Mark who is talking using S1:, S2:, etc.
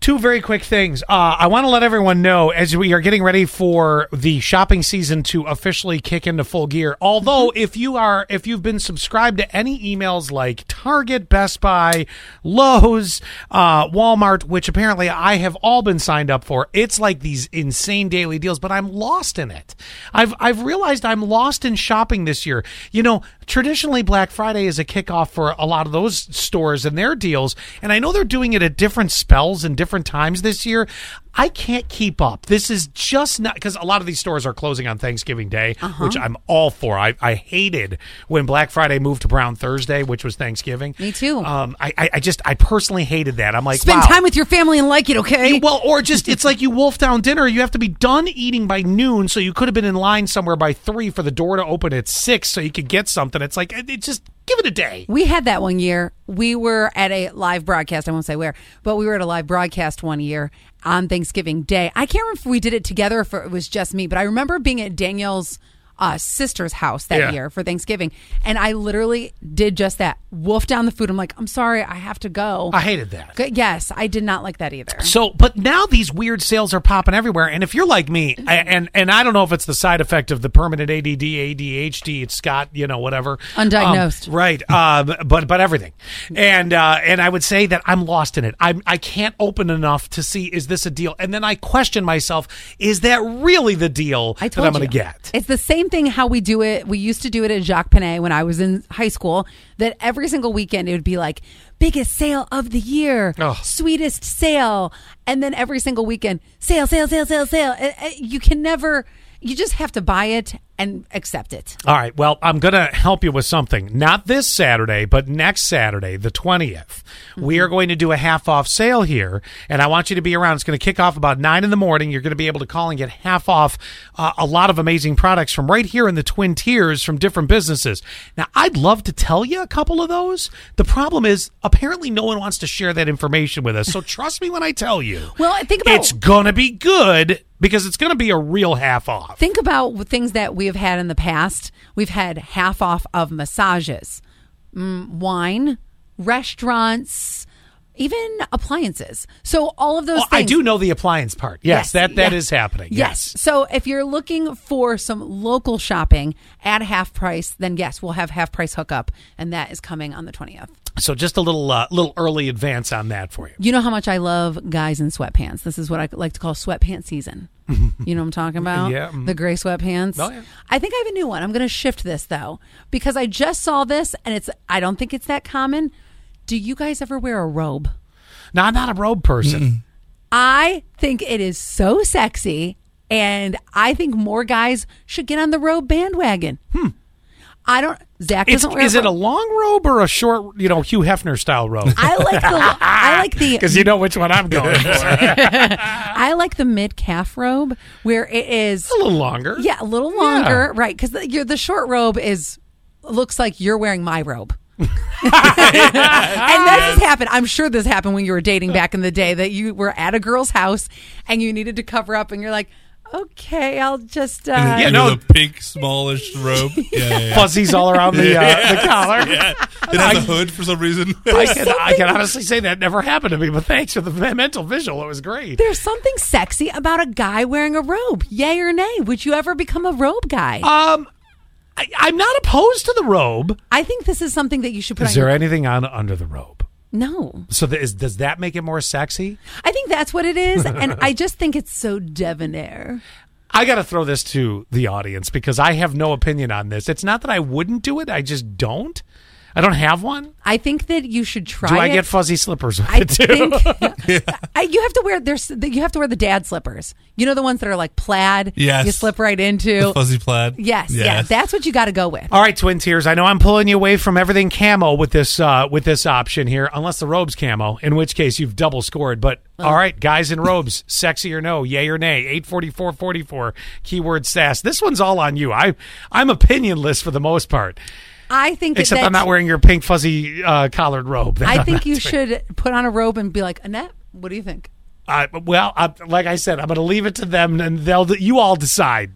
S1: two very quick things. Uh, I want to let everyone know as we are getting ready for the shopping season to officially kick into full gear. Although, if you are, if you've been subscribed to any emails like Target, Best Buy, Lowe's, uh, Walmart, which apparently I have all been signed up for, it's like these insane daily deals. But I'm lost in it. I've I've realized I'm lost in shopping this year. You know, traditionally Black Friday is a kickoff for a lot of those stores and their deals, and I know they're doing it at different spells and different times this year. I can't keep up. This is just not because a lot of these stores are closing on Thanksgiving Day,
S2: Uh-huh.
S1: which I'm all for. I, I hated when Black Friday moved to Brown Thursday, which was Thanksgiving.
S2: Me too.
S1: Um, I, I, I just I personally hated that. I'm like,
S2: Spend
S1: wow.
S2: time with your family and like it, okay?
S1: Well, or just it's like you wolf down dinner. You have to be done eating by noon, so you could have been in line somewhere by three for the door to open at six, so you could get something. It's like it, it just give it a day.
S2: We had that one year. We were at a live broadcast. I won't say where, but we were at a live broadcast one year on Thanksgiving Day. I can't remember if we did it together or if it was just me, but I remember being at Danielle's uh, sister's house that
S1: Yeah.
S2: year for Thanksgiving. And I literally did just that wolf down the food. I'm like, I'm sorry, I have to go.
S1: I hated that.
S2: Good- yes, I did not like that either.
S1: So, but now these weird sales are popping everywhere. And if you're like me, I,
S2: Mm-hmm.
S1: and and I don't know if it's the side effect of the permanent ADD, ADHD, it's got you know whatever,
S2: Undiagnosed.
S1: Um, right? Um, but but everything, and uh, and I would say that I'm lost in it. I'm I can't open enough to see is this a deal, and then I question myself: is that really the deal
S2: I
S1: that
S2: told
S1: I'm going
S2: you.
S1: to get?
S2: It's the same thing how we do it. We used to do it at Jacques Panay when I was in high school. That every single weekend it would be like biggest sale of the year,
S1: Ugh.
S2: sweetest sale, and then every single weekend sale, sale, sale, sale, sale. Eh, eh, You can never. You just have to buy it and accept it.
S1: All right. Well, I'm going to help you with something. Not this Saturday, but next Saturday, the 20th. We
S2: Mm-hmm.
S1: are going to do a half off sale here, and I want you to be around. It's going to kick off about 9 in the morning. You're going to be able to call and get half off uh, a lot of amazing products from right here in the Twin Tiers from different businesses. Now, I'd love to tell you a couple of those. The problem is, apparently, no one wants to share that information with us. So trust me when I tell you.
S2: Well, I think about
S1: It's going to be good because it's going to be a real half off.
S2: think about things that we have had in the past. We've had half off of massages, mm, wine, restaurants, even appliances. So all of those
S1: Oh,
S2: things.
S1: I do know the appliance part. Yes, that that is
S2: yeah.
S1: happening. Yes.
S2: So if you're looking for some local shopping at half price, then yes, we'll have half price hookup, and that is coming on the 20th.
S1: So just a little uh, little early advance on that for you.
S2: You know how much I love guys in sweatpants. This is what I like to call sweatpants season. you know what I'm talking about?
S1: Yeah. mm-hmm.
S2: The gray sweatpants.
S1: Oh, yeah.
S2: I think I have a new one. I'm going to shift this though because I just saw this and it's I don't think it's that common. Do you guys ever wear a robe?
S1: Now I'm not a robe person.
S2: I think it is so sexy, and I think more guys should get on the robe bandwagon. Hmm. I don't. Zach
S1: It's,
S2: doesn't wear.
S1: is it a long robe or a short, you know, Hugh Hefner style robe?
S2: I like the. I like
S1: Because
S2: the.
S1: you know which one I'm going for. a
S2: I like the mid calf robe where it is.
S1: little longer.
S2: Yeah, a little longer, right? Because the, your- the short robe is looks like you're wearing my robe. and that just happened. I'm sure this happened when you were dating back in the day that you were at a girl's house and you needed to cover up, and you're like, okay, I'll just. Uh,
S1: Yeah,
S3: It
S1: no.
S3: was a pink, smallish robe. Yeah, yeah, yeah.
S1: Fuzzies all around the, uh, the collar.
S3: Yeah. It has a hood for some reason.
S1: I can, I can honestly say that never happened to me, but thanks for the mental visual. It was great.
S2: There's something sexy about a guy wearing a robe. Yay or nay? Would you ever become a robe guy?
S1: Um, I, I'm not opposed to the robe.
S2: I think this is something that you should put
S1: Is
S2: on.
S1: there
S2: your-
S1: anything on under the robe?
S2: no,
S1: So th- is, does that make it more sexy?
S2: I think that's what it is, and I just think it's so debonair.
S1: I got to throw this to the audience because I have no opinion on this. It's not that I wouldn't do it, I just don't. I don't have one.
S2: I think that you should try.
S1: Do I
S2: it.
S1: get fuzzy slippers with
S2: I
S1: it too?
S2: think I, you have to wear there's you have to wear the dad slippers. You know the ones that are like plaid.
S3: Yes.
S2: you slip right into.
S3: Fuzzy plaid.
S2: Yes, yeah, that's what you got to go with.
S1: All right, twin tears. I know I'm pulling you away from everything camo with this uh, with this option here, unless the robes camo, in which case you've double scored. But all right, guys in robes, sexy or no, yay or nay, eight forty four forty four keyword sass. This one's all on you. I I'm opinionless for the most part,
S2: I think that
S1: except
S2: that's,
S1: I'm not wearing your pink fuzzy uh, collared robe. That
S2: I
S1: I'm
S2: think
S1: not
S2: you
S1: doing.
S2: should put on a robe and be like Annette. What do you think?
S1: I, well, I, like I said, I'm going to leave it to them, and they'll you all decide.